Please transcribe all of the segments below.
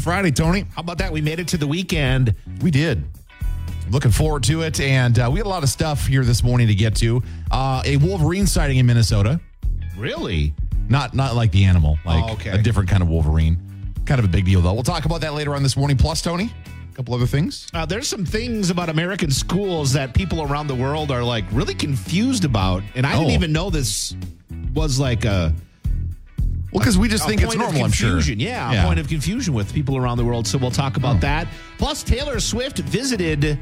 Friday, Tony. How about that? We made it to the weekend. We did. Looking forward to it. And uh, we had a lot of stuff here this morning to get to. Uh, a Wolverine sighting in Minnesota. Really? Not not like the animal, like Oh, okay. a different kind of Wolverine. Kind of a big deal, though. We'll talk about that later on this morning. Plus, Tony, a couple other things. Uh, there's some things about American schools that people around the world are like really confused about, and I Oh. didn't even know this was like a, Well, because we just a think it's point of normal, I'm sure. confusion. Yeah, a point of confusion with people around the world. So we'll talk about Oh. that. Plus, Taylor Swift visited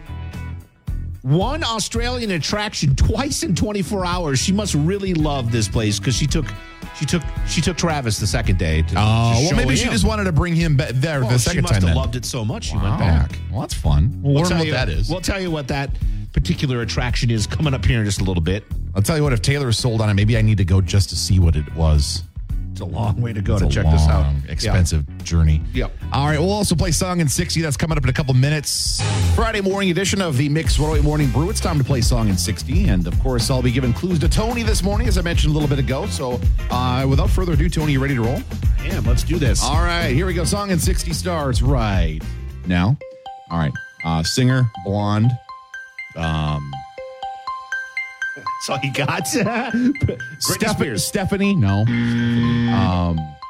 one Australian attraction twice in 24 hours. She must really love this place because she took she took she took Travis the second day. To, Oh, to well, show maybe she him. just wanted to bring him back there Oh, the second she must time. have then. loved it so much she Wow. went back. Well, that's fun. We'll, learn tell what you, that is. We'll tell you what that particular attraction is coming up here in just a little bit. I'll tell you what, if Taylor is sold on it, maybe I need to go just to see what it was. It's a long way to go It's to a check this out. long, Expensive journey. Yep. All right. We'll also play Song and 60. That's coming up in a couple minutes. Friday morning edition of the Mix 108 Morning Brew. It's time to play Song and 60. And of course, I'll be giving clues to Tony this morning, as I mentioned a little bit ago. So uh, without further ado, Tony, you ready to roll? Yeah. Damn, let's do this. All right. Here we go. Song and 60 starts right now. All right. Uh, singer, blonde. So he got Britney Steph- Spears. Stephanie, no.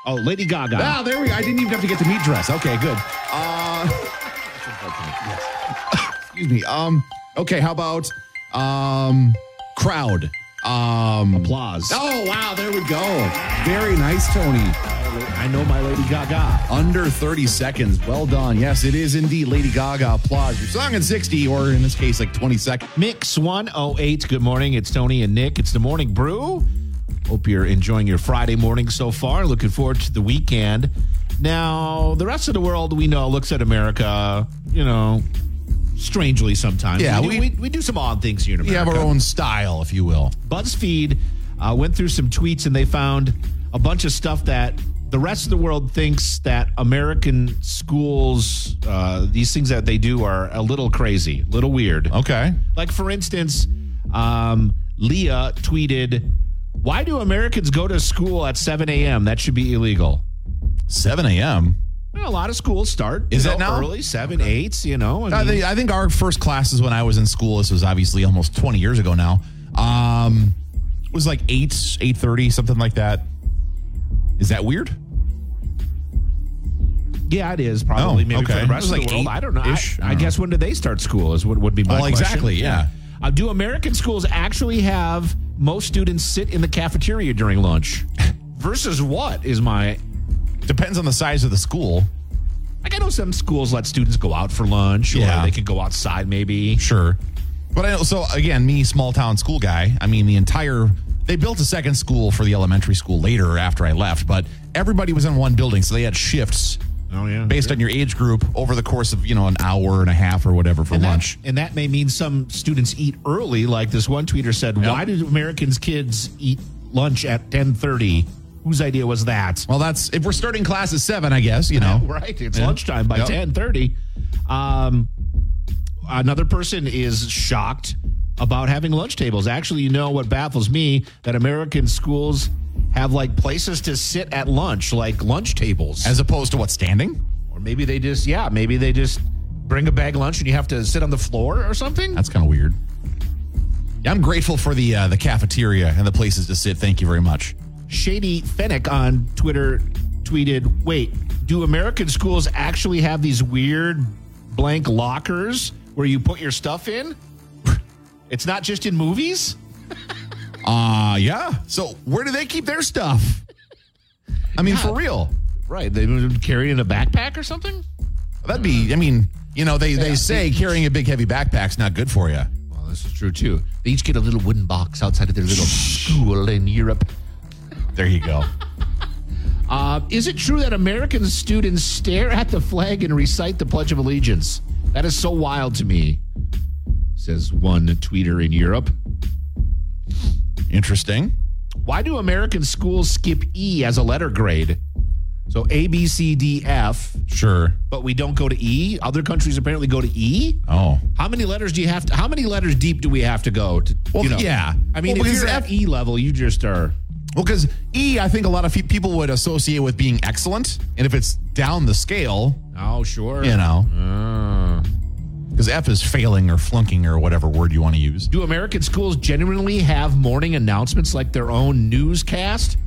Oh, Lady Gaga. Ah, there we go. I didn't even have to get the meat dress. Okay, good. Uh, excuse me. Um, okay, how about um, crowd? Um, Applause. oh wow, there we go. Very nice, Tony. I know my Lady Gaga. Under 30 seconds. Well done. Yes, it is indeed Lady Gaga. Applause. Your song in 60, or in this case, like 20 seconds. Mix 108. Good morning. It's Tony and Nick. It's the morning brew. Hope you're enjoying your Friday morning so far. Looking forward to the weekend. Now, the rest of the world we know looks at America, you know, strangely sometimes. Yeah, we do, we- we, we do some odd things here in We America. have our own style, if you will. BuzzFeed uh, went through some tweets and they found a bunch of stuff that the rest of the world thinks that American schools, uh, these things that they do are a little crazy, a little weird. Okay. Like, for instance, um, Leah tweeted, Why do Americans go to school at 7 a.m.? That should be illegal. 7 a.m. Well, a lot of schools start Is you that know, now? early, 7, 8, you know. I I mean, think, I think our first classes when I was in school, this was obviously almost 20 years ago now, um, was like 8, 8.30, something like that. Is that weird? yeah, it is probably Oh, maybe okay. for the rest It was of like the world. I don't know. I, eight-ish. I I don't know. guess when do they start school is what would be my Well, question. exactly, yeah. Uh, do American schools actually have most students sit in the cafeteria during lunch? Versus what is my Depends on the size of the school. like I know some schools let students go out for lunch Yeah. or they could go outside maybe. Sure. But I so again, me, small town school guy, I mean, the entire, they built a second school for the elementary school later after I left, but everybody was in one building, so they had shifts Oh yeah. based on your age group over the course of, you know, an hour and a half or whatever for And that- lunch. and that may mean some students eat early, like this one tweeter said, Why do Americans kids eat lunch at ten thirty? Whose idea was that? Well, that's, if we're starting class at 7, I guess, you know. Right. It's Yeah. lunchtime by Yep. ten thirty. Um another person is shocked about having lunch tables. Actually, you know what baffles me that American schools have like places to sit at lunch, like lunch tables. As opposed to what, standing? or maybe they just yeah, maybe they just bring a bag lunch and you have to sit on the floor or something. That's kind of weird. Yeah, I'm grateful for the uh, the cafeteria and the places to sit. Thank you very much. Shady Fennec on Twitter tweeted, "Wait, do American schools actually have these weird blank lockers where you put your stuff in? it's not just in movies." Uh yeah. So where do they keep their stuff? I mean, for real, Right, they would carry it in a backpack or something. that'd be. I mean, you know, they they say carrying a big heavy backpack's not good for you. Well, this is true too. They each get a little wooden box outside of their little school in Europe. There you go. Uh, is it true that American students stare at the flag and recite the Pledge of Allegiance? That is so wild to me," says one tweeter in Europe. Interesting. Why do American schools skip E as a letter grade? So A, B, C, D, F, Sure. but we don't go to E. Other countries apparently go to E. Oh. How many letters do you have to? How many letters deep do we have to go to? Well, you know? yeah. I mean, Well, if because you're at F- E level, you just are. Well, because E, I think a lot of fe- people would associate with being excellent, and if it's down the scale, Oh, sure. you know, because F is failing or flunking or whatever word you want to use. Do American schools genuinely have morning announcements like their own newscast?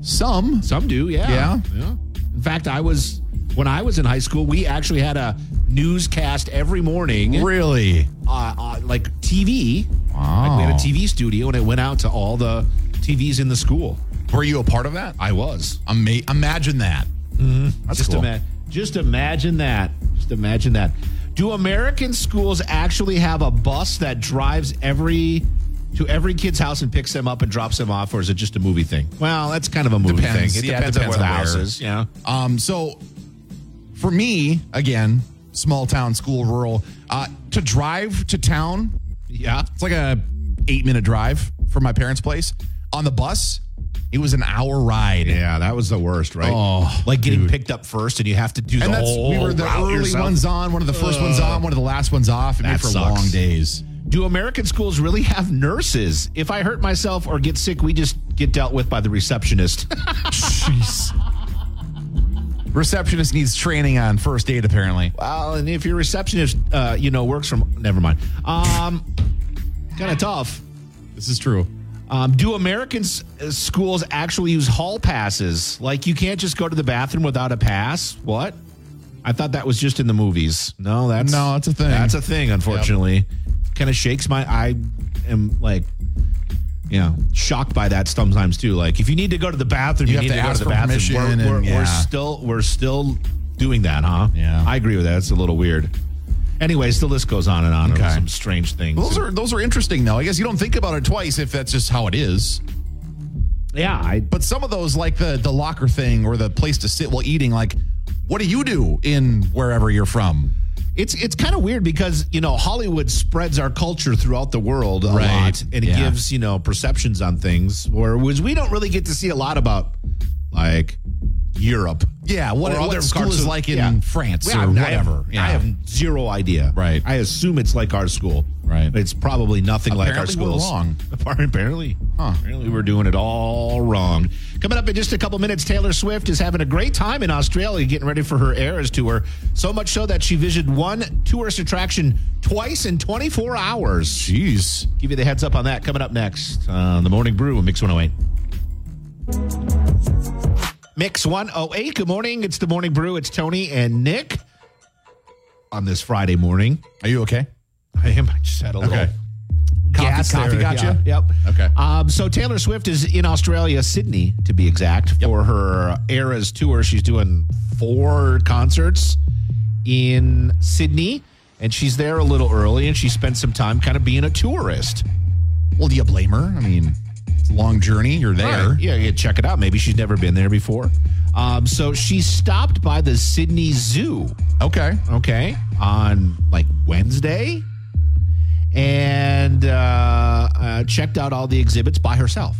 Some Some do, yeah. Yeah? In fact, I was when I was in high school, we actually had a newscast every morning, uh, really. uh, like TV. Wow. Like we had a TV studio, and it went out to all the TVs in the school. Were you a part of that? Mm-hmm. I was. Ama- imagine that. That's Just, cool. ima- just imagine that. Just imagine that. Do American schools actually have a bus that drives every to every kid's house and picks them up and drops them off, or is it just a movie thing? Well, that's kind of a movie Depends. thing. It Yeah, it depends, depends on where on the house where. is. Yeah. Um, so for me, again, small town, school, rural, uh, to drive to town, Yeah. it's like a eight minute drive from my parents' place. On the bus, it was an hour ride. Yeah, that was the worst, right? Oh, like getting picked up first, and you have to do the And that's whole we were the route early yourself. ones on, one of the first ones on, one of the last ones off. It made That for sucks. long days. Do American schools really have nurses? If I hurt myself or get sick, we just get dealt with by the receptionist. Jeez. Receptionist needs training on first aid, apparently. well, and if your receptionist, uh, you know, works from never mind. Um, kind of tough. This is true. Um, do American s- uh, schools actually use hall passes? Like you can't just go to the bathroom without a pass. What? I thought that was just in the movies. No, that's No, that's a thing. That's a thing. Unfortunately, kind of shakes my. I am like, you know, shocked by that sometimes too. Like if you need to go to the bathroom, you, have need to to, go ask to the for bathroom. We're, permission and- we're, we're yeah. still we're still doing that, huh? Yeah. I agree with that. It's a little weird. Anyways, the list goes on and on. There were Okay. Some strange things. Those are those are interesting though. I guess you don't think about it twice if that's just how it is. yeah, I But some of those, like the the locker thing or the place to sit while eating, like what do you do in wherever you're from? It's it's kind of weird because you know Hollywood spreads our culture throughout the world a Right. lot, and it Yeah. gives you know perceptions on things, whereas we don't really get to see a lot about like Europe. Yeah, what, or what other school parts is of- like in yeah. France Yeah, or I- I have- whatever? I have zero idea. Right. I assume it's like our school. Right. It's probably nothing like our Apparently we're schools. wrong. Apparently. Apparently we're doing it all wrong. Coming up in just a couple minutes, Taylor Swift is having a great time in Australia getting ready for her Eras tour. So much so that she visited one tourist attraction twice in 24 hours. Jeez. Give you the heads up on that coming up next on The Morning Brew on Mix 108. Mix 108. Good morning. It's The Morning Brew. It's Tony and Nick on this Friday morning. Are you okay? I am. I just had a little. Okay. Coffee- Gas coffee there. got Yeah. you? Yep. Okay. Um, so Taylor Swift is in Australia, Sydney to be exact, for her Eras tour. She's doing four concerts in Sydney, and she's there a little early, and she spent some time kind of being a tourist. Well, do you blame her? I mean, it's a long journey. You're there. Right. Yeah, yeah, check it out. Maybe she's never been there before. Um, so she stopped by the Sydney Zoo, Okay. okay, on like Wednesday and uh, uh, checked out all the exhibits by herself.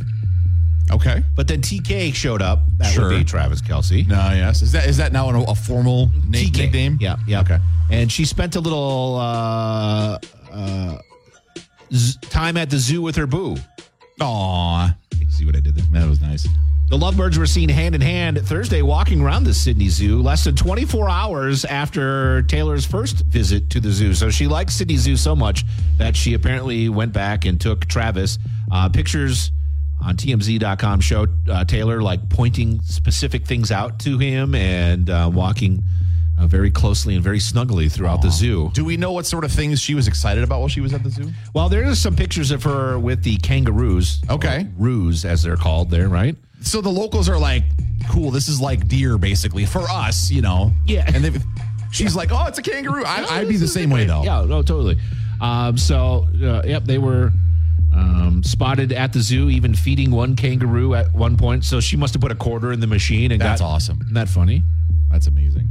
Okay. But then TK showed up. That Sure. would be Travis Kelsey. No. Yes. Is that is that now a, a formal na- TK. nickname? Yeah, yeah. Okay. And she spent a little uh, uh, z- time at the zoo with her boo. Aw. See what I did there? That was nice. The lovebirds were seen hand in hand Thursday walking around the Sydney Zoo less than 24 hours after Taylor's first visit to the zoo. So she liked Sydney Zoo so much that she apparently went back and took Travis uh, pictures on TMZ.com show uh, Taylor like pointing specific things out to him and uh, walking uh, very closely and very snugly throughout the zoo. Do we know what sort of things she was excited about while she was at the zoo? Well, there's some pictures of her with the kangaroos. Okay. or Roos, as they're called there, right? So the locals are like, cool, this is like deer basically for us, you know? Yeah. And they, she's like, oh, it's a kangaroo. I, I'd be the same way though. Yeah, no, totally. Um, so, uh, yep, they were um, spotted at the zoo, even feeding one kangaroo at one point. So she must have put a quarter in the machine and That's got. awesome. Isn't that funny? That's amazing.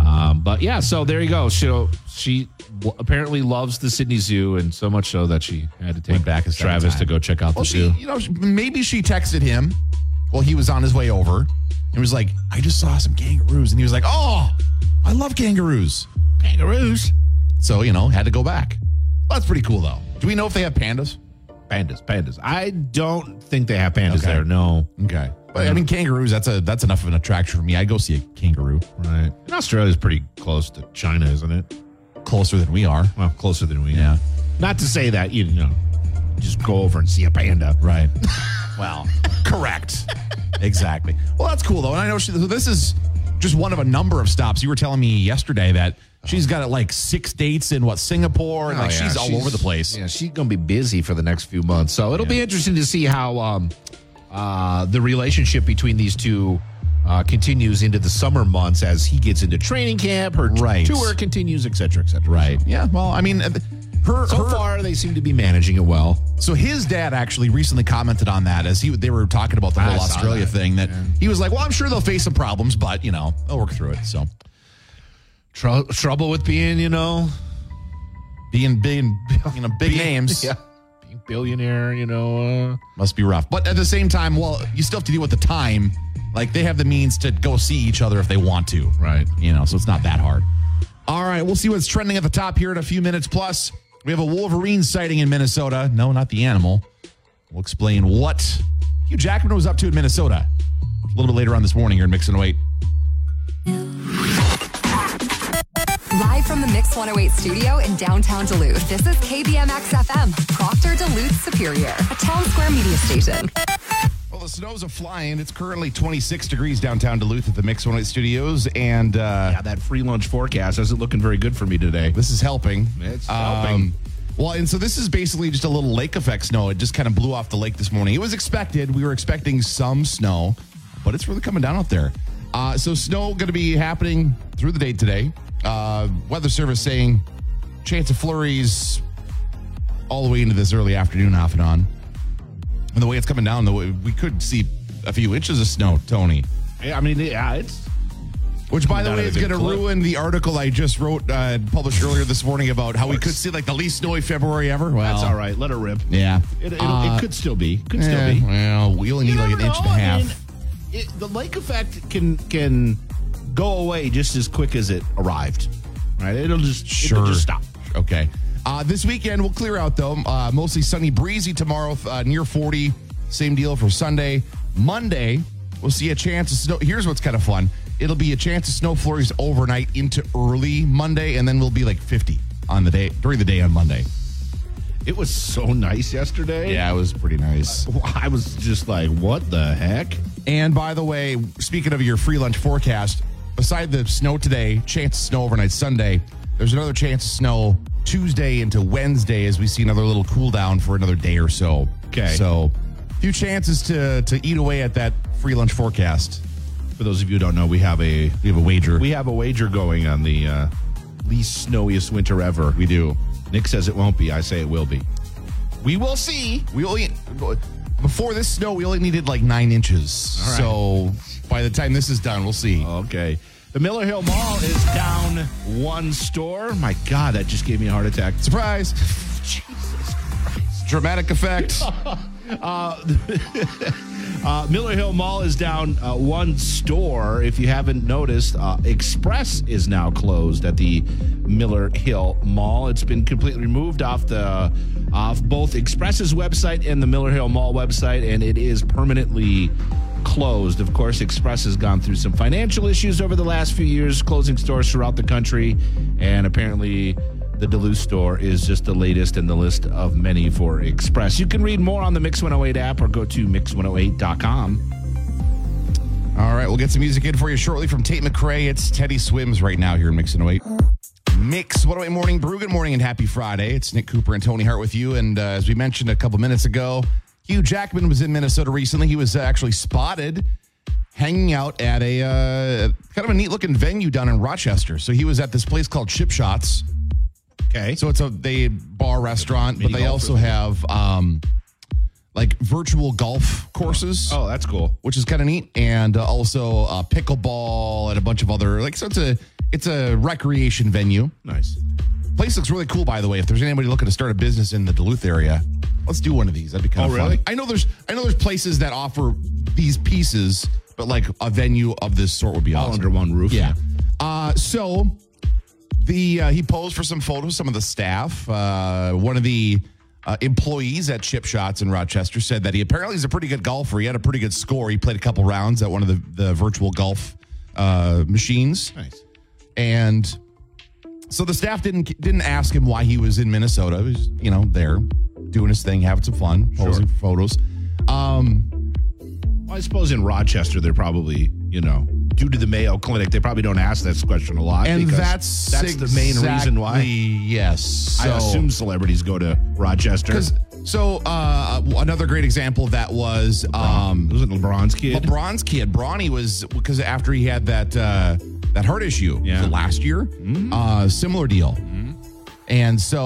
Um, but yeah, so there you go. So she w- apparently loves the Sydney Zoo, and so much so that she had to take Went back back a second Travis time. to go check out the Well, she, zoo. you know, she- maybe she texted him while he was on his way over and was like, I just saw some kangaroos. And he was like, oh, I love kangaroos. Kangaroos. So, you know, had to go back. Well, that's pretty cool though. Do we know if they have pandas? Pandas, pandas. I don't think they have pandas Okay. there. No. Okay. But I mean, kangaroos. That's a that's enough of an attraction for me. I go see a kangaroo Right. And Australia's pretty close to China, isn't it? closer than we are. Well, closer than we Yeah. are. Not to say that, you know, just go over and see a panda. Right. well, correct. exactly. Well, that's cool though, and I know she, so this is just one of a number of stops. You were telling me yesterday that she's got it like six dates in what Singapore, and Oh, like yeah, she's, all over the place. Yeah, she's gonna be busy for the next few months. So it'll be interesting to see how um, uh, the relationship between these two uh, continues into the summer months as he gets into training camp, her t- Right. tour continues, et cetera, et cetera. Right. Yeah. Well, I mean, uh, her So her far, they seem to be managing it well. So his dad actually recently commented on that as he they were talking about the I whole saw Australia that, thing. That he was like, "Well, I'm sure they'll face some problems, but you know, they'll work through it." So Trou trouble with being, you know, being being you know big names yeah, being billionaire, you know. Uh, must be rough, but at the same time, well, you still have to deal with the time. Like they have the means to go see each other if they want to, Right. You know, so it's not that hard. All right, we'll see what's trending at the top here in a few minutes. Plus, we have a Wolverine sighting in Minnesota. No, not the animal. We'll explain what Hugh Jackman was up to in Minnesota a little bit later on this morning here in Mix and Wait. Live from the Mix 108 studio in downtown Duluth, this is KBMX FM, Proctor Duluth Superior, a town square media station. Well, the snow's a flying. It's currently 26 degrees downtown Duluth at the Mix 108 Studios, and uh, yeah, that free lunch forecast isn't looking very good for me today. this is helping. Um, It's helping. Well, and so this is basically just a little lake effect snow. It just kind of blew off the lake this morning. It was expected. We were expecting some snow, but it's really coming down out there. Uh, so snow going to be happening through the day today. Uh, weather service saying chance of flurries all the way into this early afternoon off and on. And the way it's coming down, though, we could see a few inches of snow, Tony. Yeah, I mean, yeah, it's Which, by the Not way, a is big going to clue. ruin the article I just wrote, uh, published earlier this morning about how we could see like the least snowy February ever. Well, that's all right. Let her rip. Yeah, It, it'll, Uh, it could still be. Could yeah, still be. Well, we only need You like an never inch and a know. I half. mean, it- the lake effect can can go away just as quick as it arrived. Right? It'll just It'll just stop. Okay. Uh, this weekend we'll clear out though. Uh, mostly sunny, breezy tomorrow, uh, near 40. Same deal for Sunday. Monday we'll see a chance of snow. Here's what's kind of fun. It'll be a chance of snow flurries overnight into early Monday, and then we'll be like 50 on the day during the day on Monday. It was so nice yesterday. Yeah, it was pretty nice. I was just like, what the heck? And by the way, speaking of your free lunch forecast, beside the snow today, chance of snow overnight Sunday, there's another chance of snow Tuesday into Wednesday as we see another little cool down for another day or so. Okay. So, few chances to to eat away at that free lunch forecast. For those of you who don't know, we have a We have a wager. we have a wager going on the uh, least snowiest winter ever. we do. Nick says it won't be. I say it will be. We will see. We only before this snow, we only needed like nine inches. right. Oh. So by the time this is done, we'll see. Okay. The Miller Hill Mall is down one store. My God, that just gave me a heart attack. Surprise! Jesus Christ. Dramatic effect. Uh, Miller Hill Mall is down uh, one store. If you haven't noticed, uh, Express is now closed at the Miller Hill Mall. It's been completely removed off the off both Express's website and the Miller Hill Mall website, and it is permanently closed. Of course, Express has gone through some financial issues over the last few years, closing stores throughout the country, and apparently. The Duluth store is just the latest in the list of many for Express. You can read more on the Mix 108 app or go to mix108.com. All right, we'll get some music in for you shortly from Tate McRae. It's Teddy Swims right now here in Mix 108. Mix 108 Morning Brew. Good morning and happy Friday. It's Nick Cooper and Tony Hart with you. And uh, as we mentioned a couple minutes ago, Hugh Jackman was in Minnesota recently. He was uh, actually spotted hanging out at a uh, kind of a neat looking venue down in Rochester. So he was at this place called Chip Shots. Okay. So it's a they bar restaurant, but Mini they golf also or- have um, like virtual golf courses Oh, that's cool. which is kind of neat, and uh, also uh, pickleball and a bunch of other like. So it's a it's a recreation venue. Nice. Place looks really cool, by the way. If there's anybody looking to start a business in the Duluth area, let's do one of these. That'd be kind Oh, of fun. really? I know there's I know there's places that offer these pieces, but like a venue of this sort would be All awesome. under one roof. Yeah. Uh, so the uh, he posed for some photos. Some of the staff. Uh, one of the Uh, employees at Chip Shots in Rochester said that he apparently is a pretty good golfer. He had a pretty good score. He played a couple rounds at one of the, the virtual golf uh, machines. Nice. And so the staff didn't didn't ask him why he was in Minnesota. He was, you know, there doing his thing, having some fun, posing for photos. Um, Well, I suppose in Rochester, they're probably, you know, due to the Mayo Clinic, they probably don't ask this question a lot. and because that's that's the main reason exactly- why. Yes. I So- assume celebrities go to Rochester. Because so uh, another great example of that was um, was it LeBron's kid? LeBron's kid. Bronny was because after he had that uh, that heart issue was Yeah. Mm-hmm. it last year, uh, similar deal. And so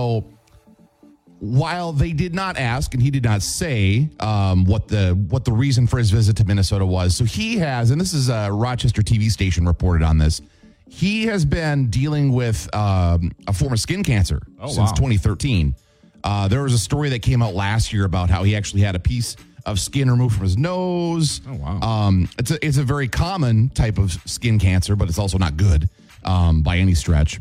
while they did not ask and he did not say um, what the what the reason for his visit to Minnesota was, so he has, and this is a Rochester TV station reported on this. He has been dealing with um, a form of skin cancer Oh, since wow. 2013. Uh, there was a story that came out last year about how he actually had a piece of skin removed from his nose. Oh, wow. Um, it's a it's a very common type of skin cancer, but it's also not good um, by any stretch.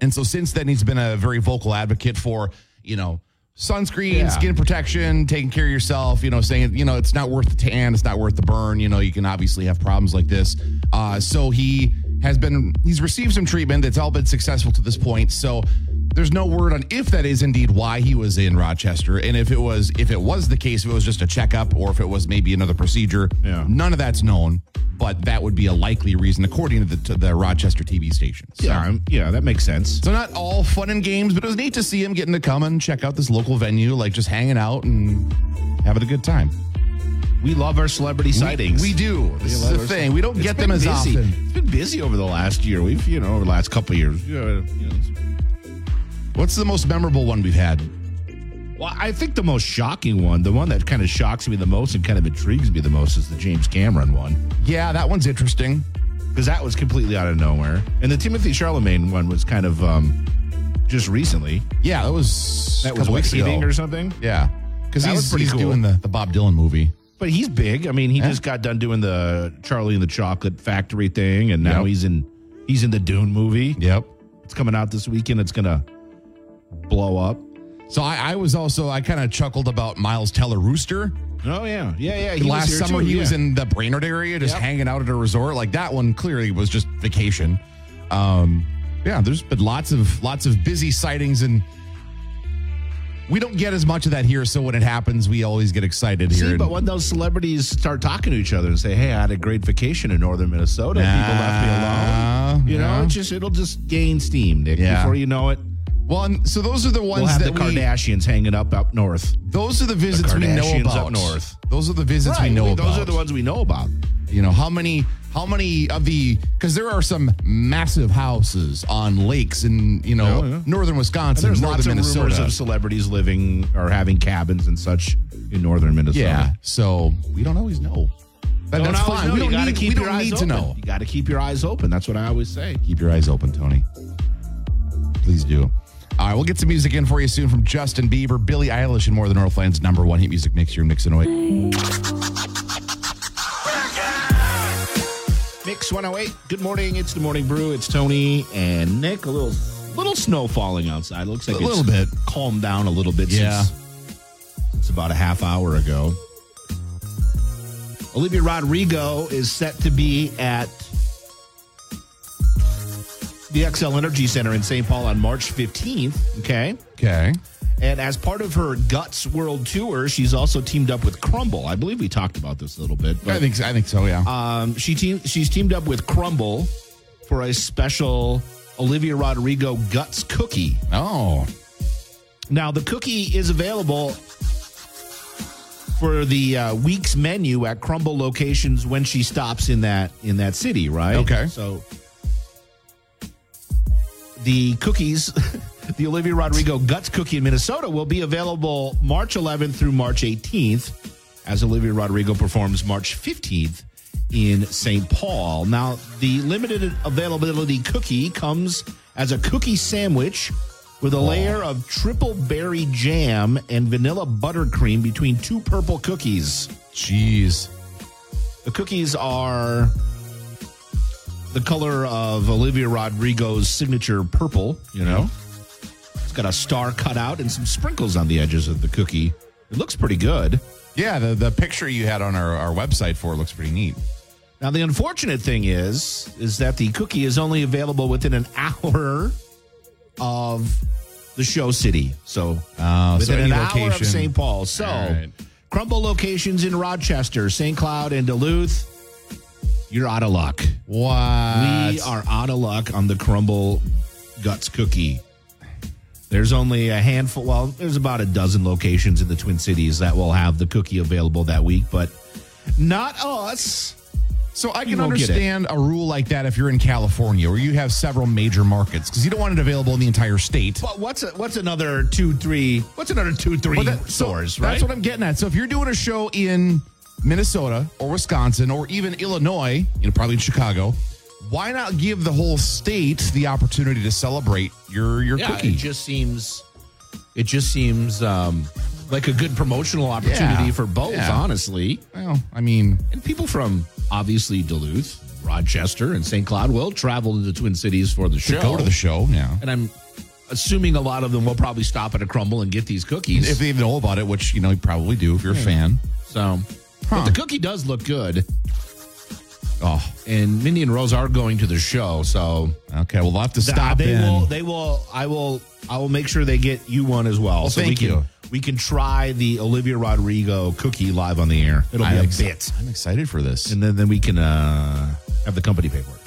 And so since then, he's been a very vocal advocate for, you know, sunscreen, Yeah. skin protection, taking care of yourself, you know, saying, you know, it's not worth the tan, it's not worth the burn. You know, you can obviously have problems like this. Uh, so he has been, he's received some treatment that's all been successful to this point. So there's no word on if that is indeed why he was in Rochester. And if it was, if it was the case, if it was just a checkup or if it was maybe another procedure, Yeah. none of that's known. But that would be a likely reason, according to the, to the Rochester TV station. So- yeah, I'm- yeah, that makes sense. so not all fun and games, but it was neat to see him getting to come and check out this local venue, like just hanging out and having a good time. We love our celebrity sightings. We do. This is love the our- thing. We don't It's get been them as busy. often. It's been busy over the last year. We've, you know, over the last couple of years. You know, you know, it's- What's the most memorable one we've had? Well, I think the most shocking one, the one that kind of shocks me the most and kind of intrigues me the most, is the James Cameron one Yeah, that one's interesting. because that was completely out of nowhere, and the Timothy Charlemagne one was kind of um, just recently. Yeah, that was That a was couple what, weeks ago. hitting or something. yeah, because That was he's, pretty he's cool. doing the, the Bob Dylan movie. But he's big. I mean, he Yeah. just got done doing the Charlie and the Chocolate Factory thing, and now Yep. he's in he's in the Dune movie. Yep. It's coming out this weekend. It's gonna blow up. So I, I was also I kind of chuckled about Miles Teller Rooster. Oh yeah, yeah, yeah. He was Last here summer too, he yeah. was in the Brainerd area, just Yep. hanging out at a resort. Like that one clearly was just vacation. Um, yeah, there's been lots of lots of busy sightings, and we don't get as much of that here. So when it happens, we always get excited here. See, and- but when those celebrities start talking to each other and say, "Hey, I had a great vacation in northern Minnesota. People left me alone." Nah, You know, yeah. it's just it'll just gain steam, Nick. Yeah. Before you know it, well, and so those are the ones we'll have the that we, Kardashians hanging up up north. those are the visits we know Kardashians about up north. Those are the visits we Right, know about. Those are the ones we know about. You know how many how many of the because there are some massive houses on lakes in you know Oh, yeah. northern Wisconsin, There's lots northern of Minnesota. rumors of celebrities living or having cabins and such in northern Minnesota. Yeah. So we don't always know. That, Don't that's always fine. know. We You don't gotta need, keep we your don't eyes need to open. know. You got to keep your eyes open. That's what I always say. Keep your eyes open, Tony. Please do. All right, we'll get some music in for you soon from Justin Bieber, Billie Eilish, and more of the Northland's number one hit music mix. Your mix and away. Mix 108. Good morning. It's the morning brew. It's Tony and Nick. A little little snow falling outside. looks like A it's little bit. calmed down a little bit Yeah. since it's about a half hour ago. Olivia Rodrigo is set to be at the XL Energy Center in St. Paul on March 15th. Okay. Okay. And as part of her Guts World Tour, she's also teamed up with Crumble. I believe we talked about this a little bit. I think I think so. Yeah. Um, she team, she's teamed up with Crumble for a special Olivia Rodrigo Guts cookie. oh, Now, the cookie is available for the uh, week's menu at Crumble locations when she stops in that in that city, right? Okay. So the cookies, the Olivia Rodrigo Guts cookie in Minnesota will be available March 11th through March 18th as Olivia Rodrigo performs March 15th in St. Paul. Now, the limited availability cookie comes as a cookie sandwich with a layer of triple berry jam and vanilla buttercream between two purple cookies. jeez. The cookies are the color of Olivia Rodrigo's signature purple, you know. It's got a star cut out and some sprinkles on the edges of the cookie. It looks pretty good. Yeah, the, the picture you had on our, our website for it looks pretty neat. Now the unfortunate thing is is that the cookie is only available within an hour of the show city. So Oh, so within any an hour of location. St. Paul. So All right. crumble locations in Rochester, St. Cloud, and Duluth. You're out of luck. Wow. we are out of luck on the crumble guts cookie. There's only a handful. Well, there's about a dozen locations in the Twin Cities that will have the cookie available that week, but not us. So I You can won't get it. understand a rule like that if you're in California where you have several major markets because you don't want it available in the entire state. But what's a, what's another two three? What's another two three Well, that- so stores? right. That's what I'm getting at. So if you're doing a show in Minnesota or Wisconsin or even Illinois, you know, probably in Chicago, why not give the whole state the opportunity to celebrate your your yeah, cookie? it just seems it just seems um, like a good promotional opportunity Yeah. for both, Yeah. honestly. well, I mean, And people from obviously Duluth, Rochester, and St. Cloud will travel to the Twin Cities for the show. go to the show. Yeah. and I'm assuming a lot of them will probably stop at a crumble and get these cookies. If they even know about it, which you know you probably do if you're a fan. so, Huh. but the cookie does look good. Oh, And Mindy and Rose are going to the show, so okay. We'll have to stop they in. will. They will. I will. I will make sure they get you one as well. so we thank can, you. We can try the Olivia Rodrigo cookie live on the air. It'll be I'm a exci- bit, I'm excited for this. and then then we can uh, have the company paperwork.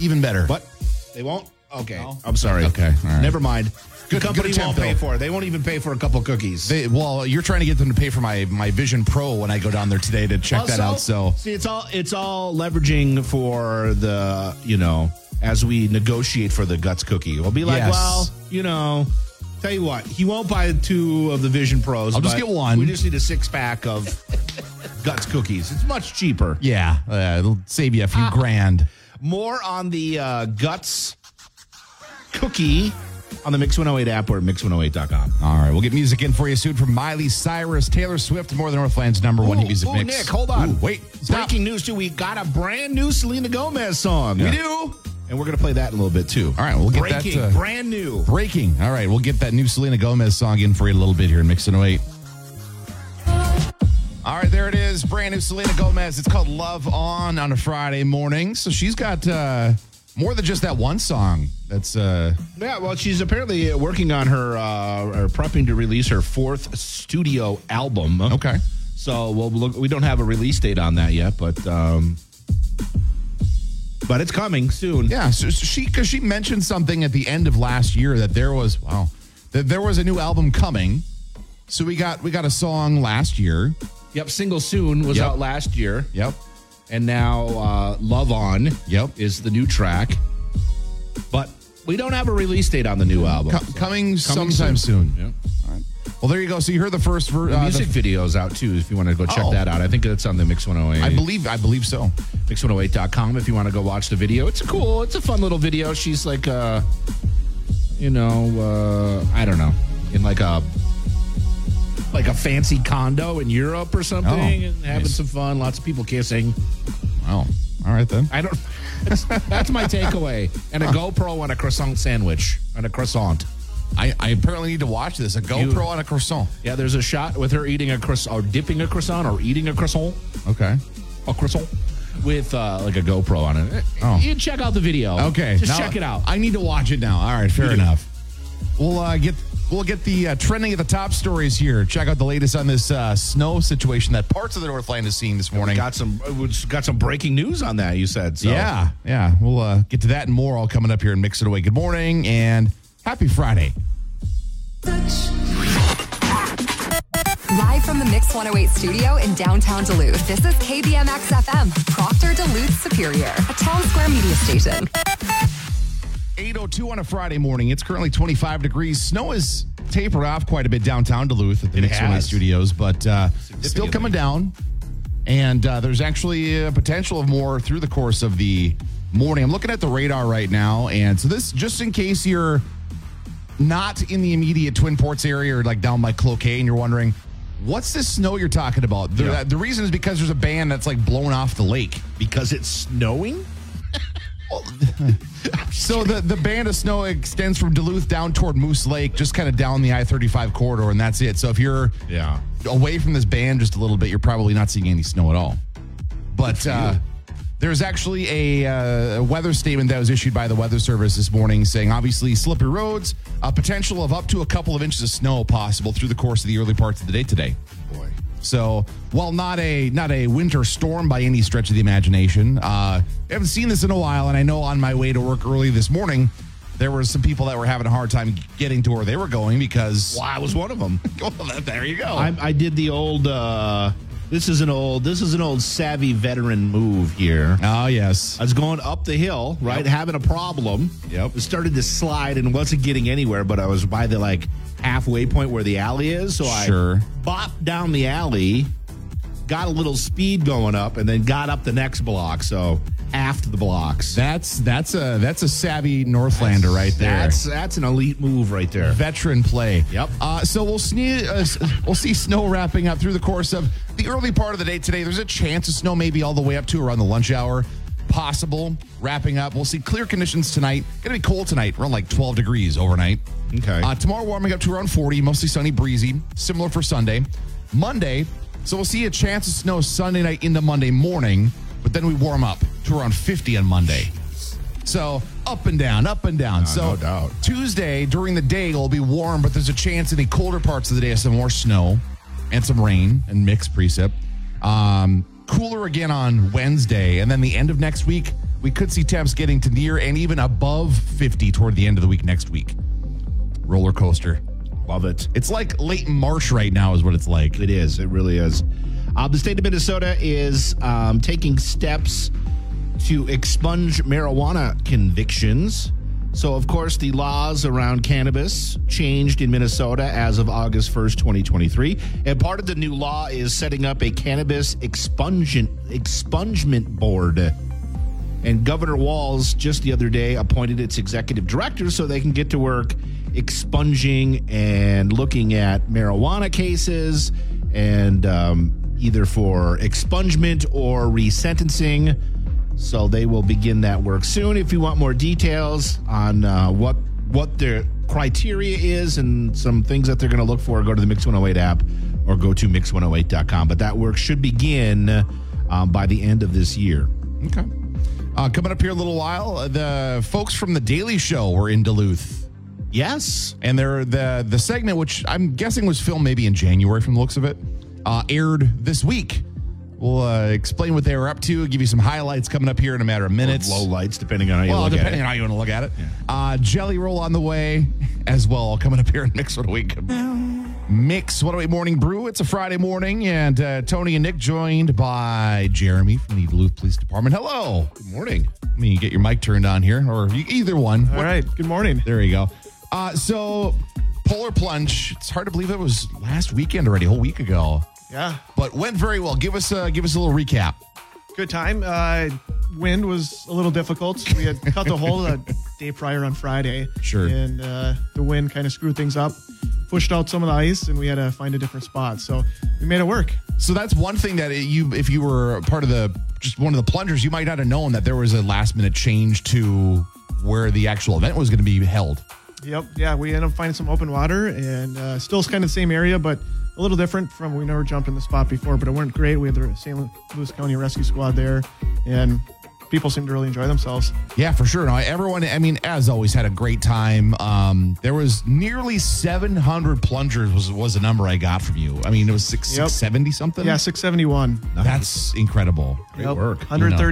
even better. But they won't. Okay, I'm sorry. Okay, all right. never mind. Good- the company good attempt, won't pay though. for it. They won't even pay for a couple cookies. They, well, you're trying to get them to pay for my my Vision Pro when I go down there today to check that out. Also, So see, it's all it's all leveraging for the you know as we negotiate for the guts cookie. We'll be like, Yes. well, you know, tell you what, he won't buy two of the Vision Pros. I'll just but get one. We just need a six pack of guts cookies. It's much cheaper. yeah, uh, it'll save you a few grand. More on the uh, guts cookie on the Mix 108 app or mix108.com. All right, we'll get music in for you soon from Miley Cyrus, Taylor Swift, more than Northland's number one hit Ooh, music ooh, mix. Nick, hold on. Ooh, wait, stop. Breaking news too. We got a brand new Selena Gomez song. Yeah. We do. And we're gonna play that in a little bit too. All right, we'll get that, Breaking, uh, brand new. breaking. All right, we'll get that new Selena Gomez song in for you in a little bit here in Mix and Wait. All right, there it is, brand new Selena Gomez. It's called "Love On" on a Friday morning. So she's got uh, more than just that one song. That's uh, Yeah, well, she's apparently uh, working on her, uh, or prepping to release her fourth studio album. okay. So we'll look. We don't have a release date on that yet, but um, but it's coming soon. Yeah, so so she because she mentioned something at the end of last year that there was wow that there was a new album coming. So we got we got a song last year. Yep, single soon was Yep. out last year. Yep. and now uh, Love On. Yep. is the new track, but we don't have a release date on the new album. Co- so- coming, sometime soon. Yeah. Well, there you go. So you heard the first ver- uh, The the- music video's out too. If you want to go check Oh. that out, I think it's on the Mix One Hundred Eight. I believe I believe so. mix108.com if you want to go watch the video. It's a cool, it's a fun little video. She's like uh you know, uh I don't know, in like a like a fancy condo in Europe or something Oh, and having nice. some fun, lots of people kissing. Wow. All right then. I don't that's, that's my takeaway. And a GoPro on a croissant sandwich, on a croissant. I, I apparently need to watch this. A GoPro on a croissant. Yeah, there's a shot with her eating a croissant or dipping a croissant or eating a croissant. Okay. a croissant with uh, like a GoPro on it. Oh. You check out the video. Okay. just now- check it out. I need to watch it now. All right. Fair do. enough. We'll uh, get we'll get the uh, trending at the top stories here. Check out the latest on this uh, snow situation that parts of the Northland is seeing this morning. got some we just got some breaking news on that. You said so. Yeah, yeah. We'll uh, get to that and more all coming up here in Mix It Away. Good morning and happy Friday. Live from the Mix 108 studio in downtown Duluth, this is KBMX FM, Proctor Duluth Superior, a town square media station. 802 on a Friday morning. It's currently 25 degrees. Snow is tapered off quite a bit downtown Duluth at the It Mix It Away has. studios, but uh, still Significantly. coming down. And uh, there's actually a potential of more through the course of the morning. I'm looking at the radar right now. And so, this, just in case you're not in the immediate Twin Ports area or like down by Cloquet and you're wondering, what's this snow you're talking about? The, Yeah. the reason is because there's a band that's like blown off the lake. because it's snowing. So the, the band of snow extends from Duluth down toward Moose Lake, just kind of down the I thirty five corridor, and that's it. So if you're Yeah. away from this band just a little bit, you're probably not seeing any snow at all. But uh, there's actually a, uh, a weather statement that was issued by the Weather Service this morning saying obviously slippery roads, a potential of up to a couple of inches of snow possible through the course of the early parts of the day today. Boy. So, while not a not a winter storm by any stretch of the imagination, uh, I haven't seen this in a while, and I know on my way to work early this morning, there were some people that were having a hard time getting to where they were going because. Well, I was one of them. Well, there you go. I, I did the old. Uh, this is an old. This is an old savvy veteran move here. oh yes. I was going up the hill, right, having a problem. Yep. It started to slide and wasn't getting anywhere, but I was by the like halfway point where the alley is, so Sure. I bopped down the alley, got a little speed going up, and then got up the next block. So aft the blocks. That's that's a that's a savvy Northlander right there. That's that's an elite move right there. veteran play. Yep. Uh, so we'll see uh, s- we'll see snow wrapping up through the course of the early part of the day today. There's a chance of snow maybe all the way up to around the lunch hour. Possible wrapping up. We'll see clear conditions tonight. Gonna be cold tonight, around like 12 degrees overnight. Okay. Uh, tomorrow warming up to around 40, mostly sunny, breezy. Similar for Sunday, Monday. So we'll see a chance of snow Sunday night into Monday morning, but then we warm up to around 50 on Monday. So up and down, up and down. so no doubt. Tuesday during the day it'll be warm, but there's a chance in the colder parts of the day of some more snow and some rain and mixed precip. Um, cooler again on Wednesday, and then the end of next week we could see temps getting to near and even above 50 toward the end of the week next week. Roller coaster. Love it. It's like late March right now is what it's like. It is. It really is. Uh, the state of Minnesota is um, taking steps to expunge marijuana convictions. So, of course, the laws around cannabis changed in Minnesota as of August 1st, 2023. And part of the new law is setting up a cannabis expungent, expungement board. And Governor Walls just the other day appointed its executive director so they can get to work expunging and looking at marijuana cases and um, either for expungement or resentencing. So they will begin that work soon. If you want more details on uh, what what their criteria is and some things that they're going to look for, go to the Mix 108 app or go to mix108.com. But that work should begin um, by the end of this year. Okay. Uh, coming up here a little while, uh, the folks from the Daily Show were in Duluth. Yes. and there the the segment which I'm guessing was filmed maybe in January from the looks of it uh, aired this week. We'll uh, explain what they were up to, give you some highlights coming up here in a matter of minutes. low lights, depending on how you well, look at depending it. on how you want to look at it. Uh, jelly roll on the way as well, coming up here in Mix What a Week. Mix What a Week Morning Brew. It's a Friday morning, and uh, Tony and Nick joined by Jeremy from the Duluth Police Department. Hello. Good morning. I mean, you get your mic turned on here, or you, either one. All right. Good morning. There you go. Uh, so, Polar Plunge. It's hard to believe it was last weekend already, a whole week ago. Yeah. But went very well. Give us a, give us a little recap. Good time. Uh, wind was a little difficult. We had cut the hole a day prior on Friday. Sure. And uh, the wind kind of screwed things up, pushed out some of the ice, and we had to find a different spot. So we made it work. So that's one thing that you, if you were a part of the just one of the plungers, you might not have known that there was a last minute change to where the actual event was going to be held. Yep. Yeah. We ended up finding some open water and uh, still kind of the same area, but a little different from we never jumped in the spot before, but it weren't great. We had the St. Louis County Rescue Squad there, and people seemed to really enjoy themselves. Yeah, for sure. No, everyone, I mean, as always, had a great time. Um, there was nearly 700 plungers was was the number I got from you. I mean, it was six, Yep. 670 something. Yeah. 671. That's incredible. Yep.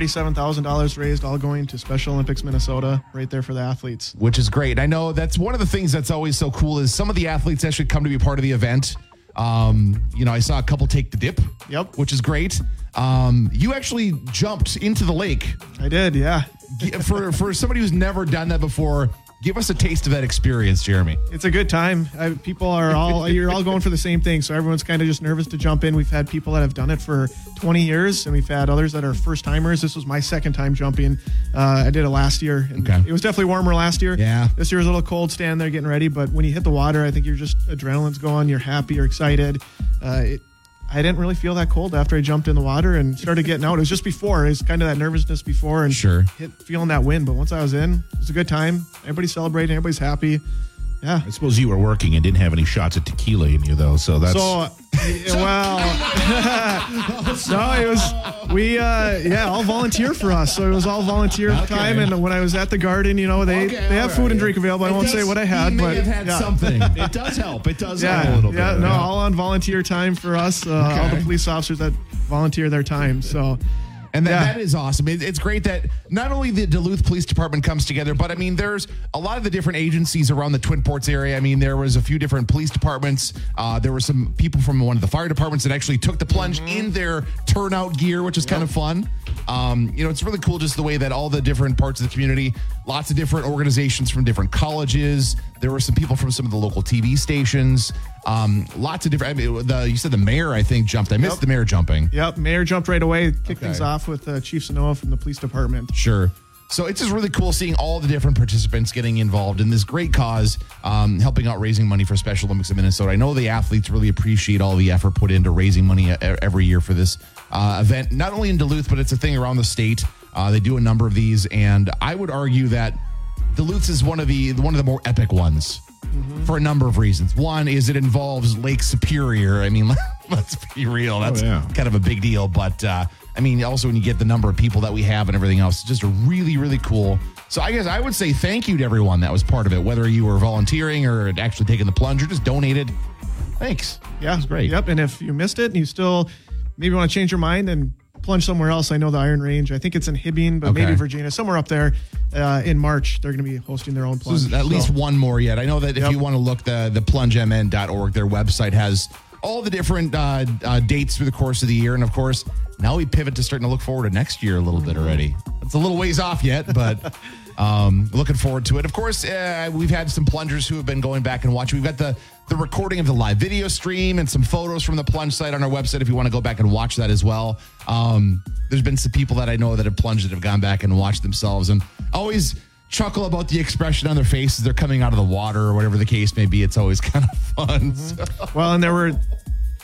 $137,000 raised, all going to Special Olympics Minnesota, right there for the athletes. which is great. I know that's one of the things that's always so cool is some of the athletes actually come to be part of the event. Um, you know, I saw a couple take the dip. Yep. Which is great. Um, you actually jumped into the lake I did, yeah. G- for for somebody who's never done that before. Give us a taste of that experience, Jeremy. It's a good time. I, people are all, you're all going for the same thing. So everyone's kind of just nervous to jump in. We've had people that have done it for 20 years, and we've had others that are first timers. This was my second time jumping. Uh, I did it last year. And Okay. It was definitely warmer last year. Yeah. This year was a little cold standing there getting ready. But when you hit the water, I think you're just, adrenaline's going, you're happy, you're excited. Uh, it, I didn't really feel that cold after I jumped in the water and started getting out. It was just before. It was kind of that nervousness before and Sure. hit, feeling that wind. But once I was in, it was a good time. Everybody's celebrating. Everybody's happy. Yeah. I suppose you were working and didn't have any shots of tequila in you, though. So that's So, yeah, well, no, it was, we, uh, yeah, all volunteer for us. So it was all volunteer time. And when I was at the garden, you know, they, Okay, they have all food right. and drink available. I It won't does- say what I he had, may but have had yeah. something. It does help. It does help a Yeah, little yeah, bit. no, all on volunteer time for us. Uh, All Okay. the police officers that volunteer their time. So, And that, Yeah. that is awesome. It- it's great that not only the Duluth Police Department comes together, but I mean, there's a lot of the different agencies around the Twin Ports area. I mean, there was a few different police departments. Uh, there were some people from one of the fire departments that actually took the plunge Mm-hmm. in their turnout gear, which is kind of fun. Um, you know, it's really cool just the way that all the different parts of the community, lots of different organizations from different colleges. There were some people from some of the local TV stations. Um, lots of different. I mean, the, you said the mayor, I think, jumped. I missed Yep. the mayor jumping. yep, mayor jumped right away, kicked things Okay. off with uh, Chief Sanoa from the police department. Sure. So it's just really cool seeing all the different participants getting involved in this great cause, um, helping out raising money for Special Olympics of Minnesota. I know the athletes really appreciate all the effort put into raising money e- every year for this uh, event, not only in Duluth, but it's a thing around the state. Uh, they do a number of these, and I would argue that Duluth is one of the one of the more epic ones for a number of reasons. One is it involves Lake Superior. I mean, let's be real, that's yeah. kind of a big deal. But uh, I mean, also when you get the number of people that we have and everything else, it's just a really, really cool. So I guess I would say thank you to everyone that was part of it, whether you were volunteering or actually taking the plunge or just donated. Thanks. Yeah, it's great. Yep. And if you missed it and you still maybe want to change your mind and plunge somewhere else, I know the Iron Range. I think it's in Hibbing, but Okay. maybe Virginia, somewhere up there. Uh, in March, they're going to be hosting their own plunge. There's at least So- one more yet. I know that if Yep. you want to look, the the plungemn.org, their website has all the different uh, uh, dates through the course of the year. And of course, now we pivot to starting to look forward to next year a little Mm-hmm. bit already. It's a little ways off yet, but um, looking forward to it. Of course, uh, we've had some plungers who have been going back and watching. We've got the the recording of the live video stream and some photos from the plunge site on our website if you want to go back and watch that as well. Um, there's been some people that I know that have plunged that have gone back and watched themselves and always chuckle about the expression on their faces. They're coming out of the water or whatever the case may be. It's always kind of fun. Mm-hmm. So- Well, and there were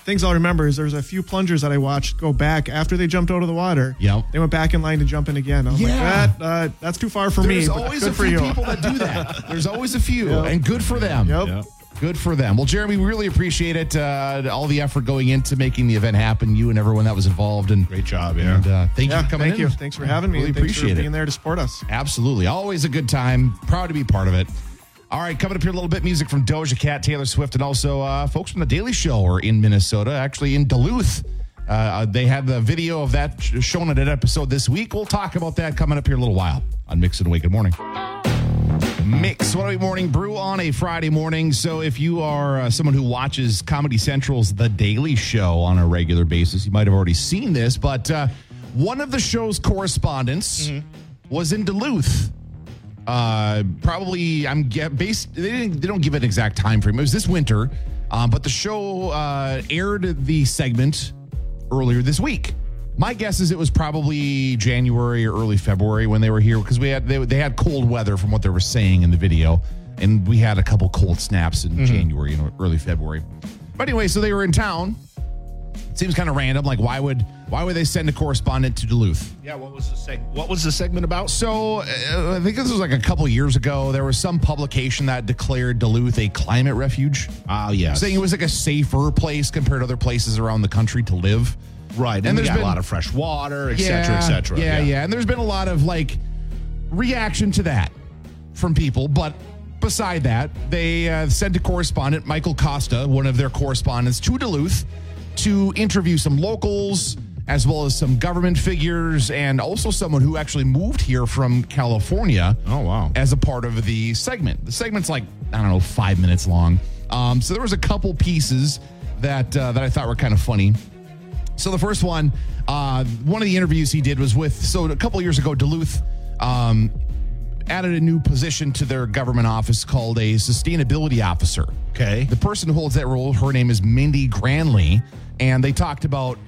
things I'll remember is there was a few plungers that I watched go back after they jumped out of the water. Yep. They went back in line to jump in again. I was Yeah. like, that, uh, that's too far for There's me. but always good a for few you. people that do that. There's always a few, and good for them. Yep. Yep. Good for them. Well, Jeremy, we really appreciate it. Uh, all the effort going into making the event happen, you and everyone that was involved. And Great job, yeah. And, uh, thank you Yeah, for coming thank in. you. Thanks for having me. Really and Thanks appreciate for it. being there to support us. Absolutely. Always a good time. Proud to be part of it. All right, coming up here a little bit music from Doja Cat, Taylor Swift, and also uh, folks from The Daily Show are in Minnesota, actually in Duluth. Uh, they had the video of that sh- shown in an episode this week. We'll talk about that coming up here in a little while on Mix and Awake. Good morning. Mix 108 Morning Brew on a Friday morning. So, if you are uh, someone who watches Comedy Central's The Daily Show on a regular basis, you might have already seen this, but uh, one of the show's correspondents was in Duluth. Uh, probably, I'm ge- based. They, didn't, they don't give an exact time frame. It was this winter, um, but the show uh, aired the segment earlier this week. My guess is it was probably January or early February when they were here because we had they, they had cold weather from what they were saying in the video, and we had a couple cold snaps in January and early February. But anyway, so they were in town. It seems kind of random. Like why would why would they send a correspondent to Duluth? yeah. What was the seg- What was the segment about? So uh, I think this was like a couple years ago. There was some publication that declared Duluth a climate refuge, Ah, yes. saying it was like a safer place compared to other places around the country to live. right, and, And we there's got been- a lot of fresh water, et cetera, et cetera. Yeah, yeah, And there's been a lot of like reaction to that from people. But beside that, they uh, sent a correspondent, Michael Costa, one of their correspondents, to Duluth to interview some locals as well as some government figures and also someone who actually moved here from California Oh, wow. as a part of the segment. The segment's like I don't know five minutes long. Um, so there was a couple pieces that uh, that I thought were kind of funny. So the first one, uh, one of the interviews he did was with so a couple years ago, Duluth um, added a new position to their government office called a sustainability officer. Okay. The person who holds that role, her name is Mindy Granley, and they talked about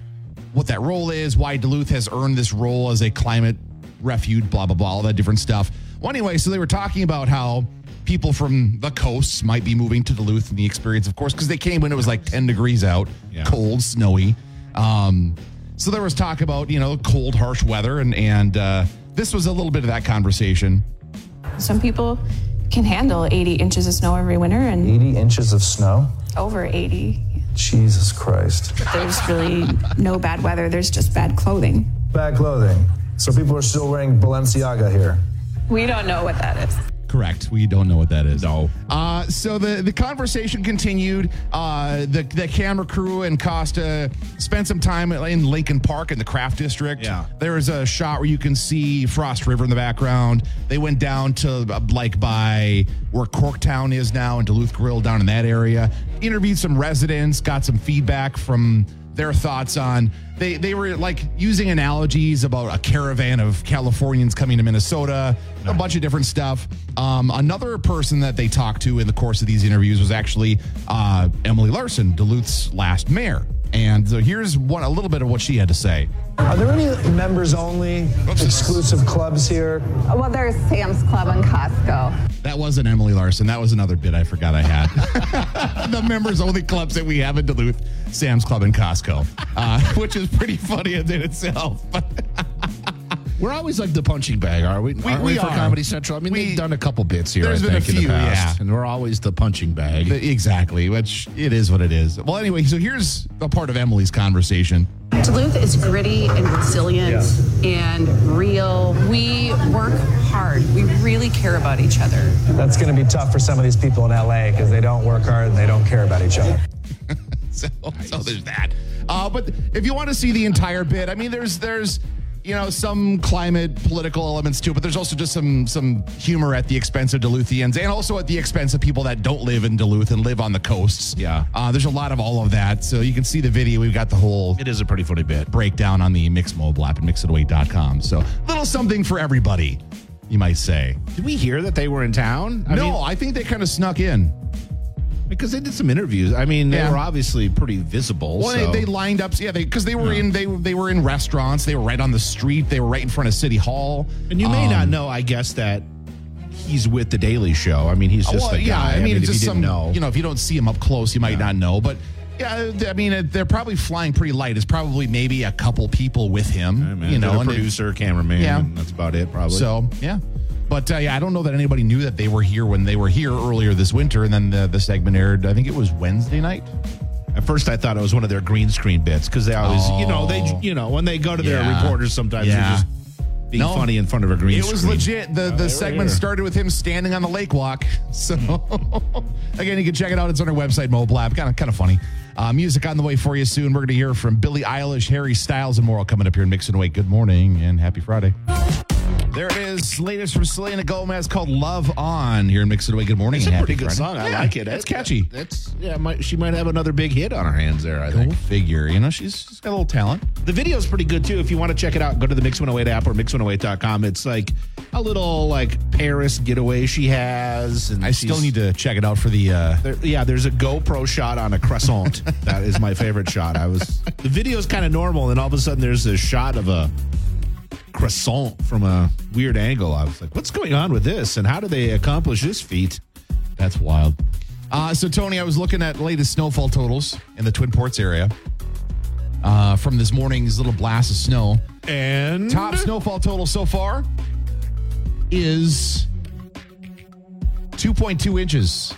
what that role is, why Duluth has earned this role as a climate refuge, blah blah blah, all that different stuff. Well, anyway, so they were talking about how people from the coasts might be moving to Duluth and the experience, of course, because they came when it was like 10 degrees out, Yeah. cold, snowy. Um, so there was talk about, you know, cold, harsh weather. And, and uh, this was a little bit of that conversation. Some people can handle 80 inches of snow every winter and 80 inches of snow? over 80. Jesus Christ. There's really no bad weather, there's just bad clothing. Bad clothing. So people are still wearing Balenciaga here. We don't know what that is. Correct. We don't know what that is. No. Uh, so the, the conversation continued. Uh, the the camera crew and Costa spent some time in Lincoln Park in the Craft District. Yeah. There is a shot where you can see Frost River in the background. They went down to uh, like by where Corktown is now and Duluth Grill down in that area. Interviewed some residents, got some feedback from their thoughts on they they were like using analogies about a caravan of Californians coming to Minnesota, a bunch of different stuff. Um, another person that they talked to in the course of these interviews was actually uh, Emily Larson, Duluth's last mayor. And so here's one a little bit of what she had to say. Are there any members only exclusive clubs here? Well, there's Sam's Club and Costco. That wasn't Emily Larson. That was another bit I forgot I had. the members only clubs that we have in Duluth, Sam's Club and Costco, uh, which is pretty funny in itself. But We're always like the punching bag, are we? Aren't we for are. Comedy Central. I mean, We- they've done a couple bits here. There's I been a think, in few, the past, yeah. and we're always the punching bag. exactly, which it is what it is. Well, anyway, so here's a part of Emily's conversation. Duluth is gritty and resilient and real. We work hard. We really care about each other. That's going to be tough for some of these people in LA because they don't work hard and they don't care about each other. So, so there's that. Uh, but if you want to see the entire bit, I mean, there's there's you know some climate political elements too, but there's also just some some humor at the expense of Duluthians and also at the expense of people that don't live in Duluth and live on the coasts. Yeah. uh, there's a lot of all of that. So you can see the video. We've got the whole It is a pretty funny bit. breakdown on the Mix mobile app at mixitaway.com. So a little something for everybody, you might say. Did we hear that they were in town? I no, mean, I think they kind of snuck in. because they did some interviews. I mean, they Yeah. were obviously pretty visible. Well, so- they, they lined up. Yeah, they because they were Yeah. in they they were in restaurants. They were right on the street. They were right in front of city hall. and you may Um, not know, I guess, that he's with the Daily Show. Uh, I mean, he's just well, the guy. yeah, I mean, it's if just you some. didn't know. You know, if you don't see him up close, you might not know. But yeah, I mean, it- they're probably flying pretty light. It's probably maybe a couple people with him. Hey, man, you know, they're and the it- producer, cameraman. Yeah. and that's about it, probably. So yeah, but uh, yeah, I don't know that anybody knew that they were here when they were here earlier this winter, and then the, the segment aired. I think it was Wednesday night. At first, I thought it was one of their green screen bits because they always, you know, they, Oh. you know, when they go to their Yeah. reporters, sometimes Yeah. they're just being No. funny in front of a green It screen. was legit. The the were segment here. started with him standing on the lake walk. So again, you can check it out. It's on our website, mobile app. Kind of kind of funny. Uh, music on the way for you soon. We're going to hear from Billie Eilish, Harry Styles, and more all coming up here in Mix and Wake. Good morning and happy Friday. There it is, latest from Selena Gomez called "Love On" here in Mix and Wake. Good morning. It's a and happy pretty Friday. good song. I Yeah, like it. It's That's catchy. That's yeah. Might, she might have another big hit on her hands there. I Go think figure. You know, she's, she's got a little talent. the video's pretty good too. If you want to check it out, go to the Mix 108 app or Mix108.com. It's like a little like Paris getaway she has. And I still she's- need to check it out for the. Uh, There, yeah, there's a GoPro shot on a crescent. that is my favorite shot. I was the video's kind of normal, and all of a sudden there's a shot of a crescent from a weird angle. I was like, what's going on with this? And how do they accomplish this feat? That's wild. Uh, so, Tony, I was looking at latest snowfall totals in the Twin Ports area uh, from this morning's little blast of snow. And Top snowfall total so far is 2.2 inches.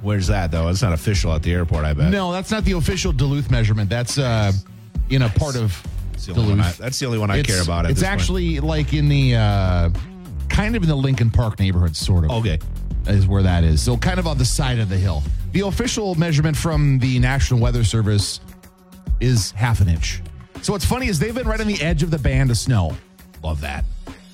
where's that though? It's not official at the airport. I bet. No, that's not the official Duluth measurement. That's uh, in a part of It's the only one Duluth. I- that's the only one I It's- care about. At It's this point. actually like in the uh, kind of in the Lincoln Park neighborhood, sort of. Okay. Is where that is. So kind of on the side of the hill. The official measurement from the National Weather Service is half an inch. So what's funny is they've been right on the edge of the band of snow. love that.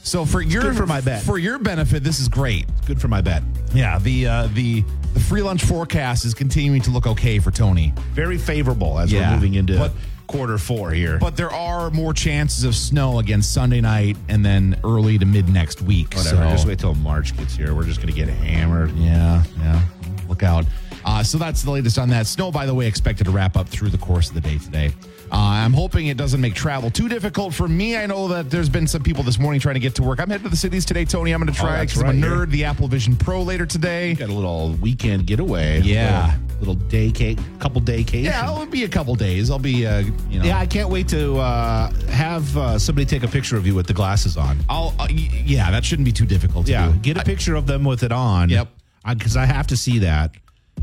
So for your good for my bet. for your benefit, this is great. Good for my bet. Yeah, the uh, the the free lunch forecast is continuing to look okay for Tony. Very favorable as Yeah. we're moving into But- quarter four here. But there are more chances of snow again Sunday night and then early to mid next week. Whatever. So- Just wait till March gets here. We're just gonna get hammered. Yeah, yeah. Look out. Uh, so that's the latest on that. Snow, by the way, expected to wrap up through the course of the day today. Uh, I'm hoping it doesn't make travel too difficult for me. I know that there's been some people this morning trying to get to work. I'm headed to the cities today, Tony. I'm going to try Oh, that's because I'm a right. nerd. The Apple Vision Pro later today. Got a little weekend getaway. Yeah. Little, little day cake, couple day cake. Yeah, it'll be a couple days. I'll be, uh, you know, oh, Yeah, I can't wait to uh, have uh, somebody take a picture of you with the glasses on. I'll, uh, y- yeah, that shouldn't be too difficult. To Yeah, do. get a picture of them with it on. Yep. because I, have to see that.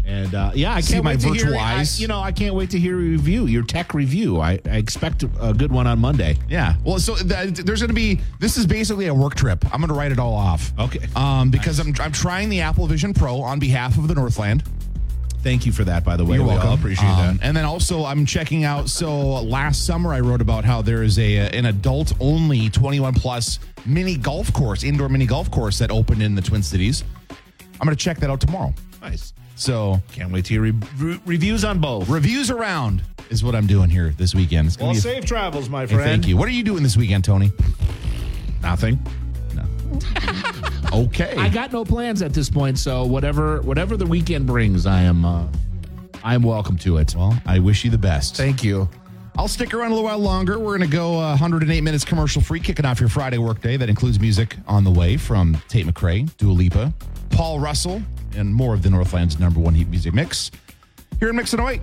And uh, yeah, I can't See my wait to virtual hear, I- eyes? you know, I can't wait to hear your review, your tech review. I, I expect a good one on Monday. Yeah. Well, so th- there's going to be this is basically a work trip. I'm going to write it all off. Okay. Um, because I'm I'm trying the Apple Vision Pro on behalf of the Northland. Thank you for that, by the way. You're We all welcome. appreciate Um, that. And then also, I'm checking out. So last summer, I wrote about how there is a an adult only 21 plus mini golf course, indoor mini golf course that opened in the Twin Cities. I'm going to check that out tomorrow. Nice. So Can't wait to hear re- re- reviews on both. reviews around is what I'm doing here this weekend. It's gonna be a- travels, my Hey, thank you. What are you doing this weekend, Tony? Nothing. No. okay. I got no plans at this point, so whatever whatever the weekend brings, I am uh, I am welcome to it. Well, I wish you the best. thank you. I'll stick around a little while longer. We're going to go uh, 108 minutes commercial free, kicking off your Friday workday. That includes music on the way from Tate McRae, Dua Lipa, Paul Russell, and more of the Northland's number one heat music mix. Here in Mix and White.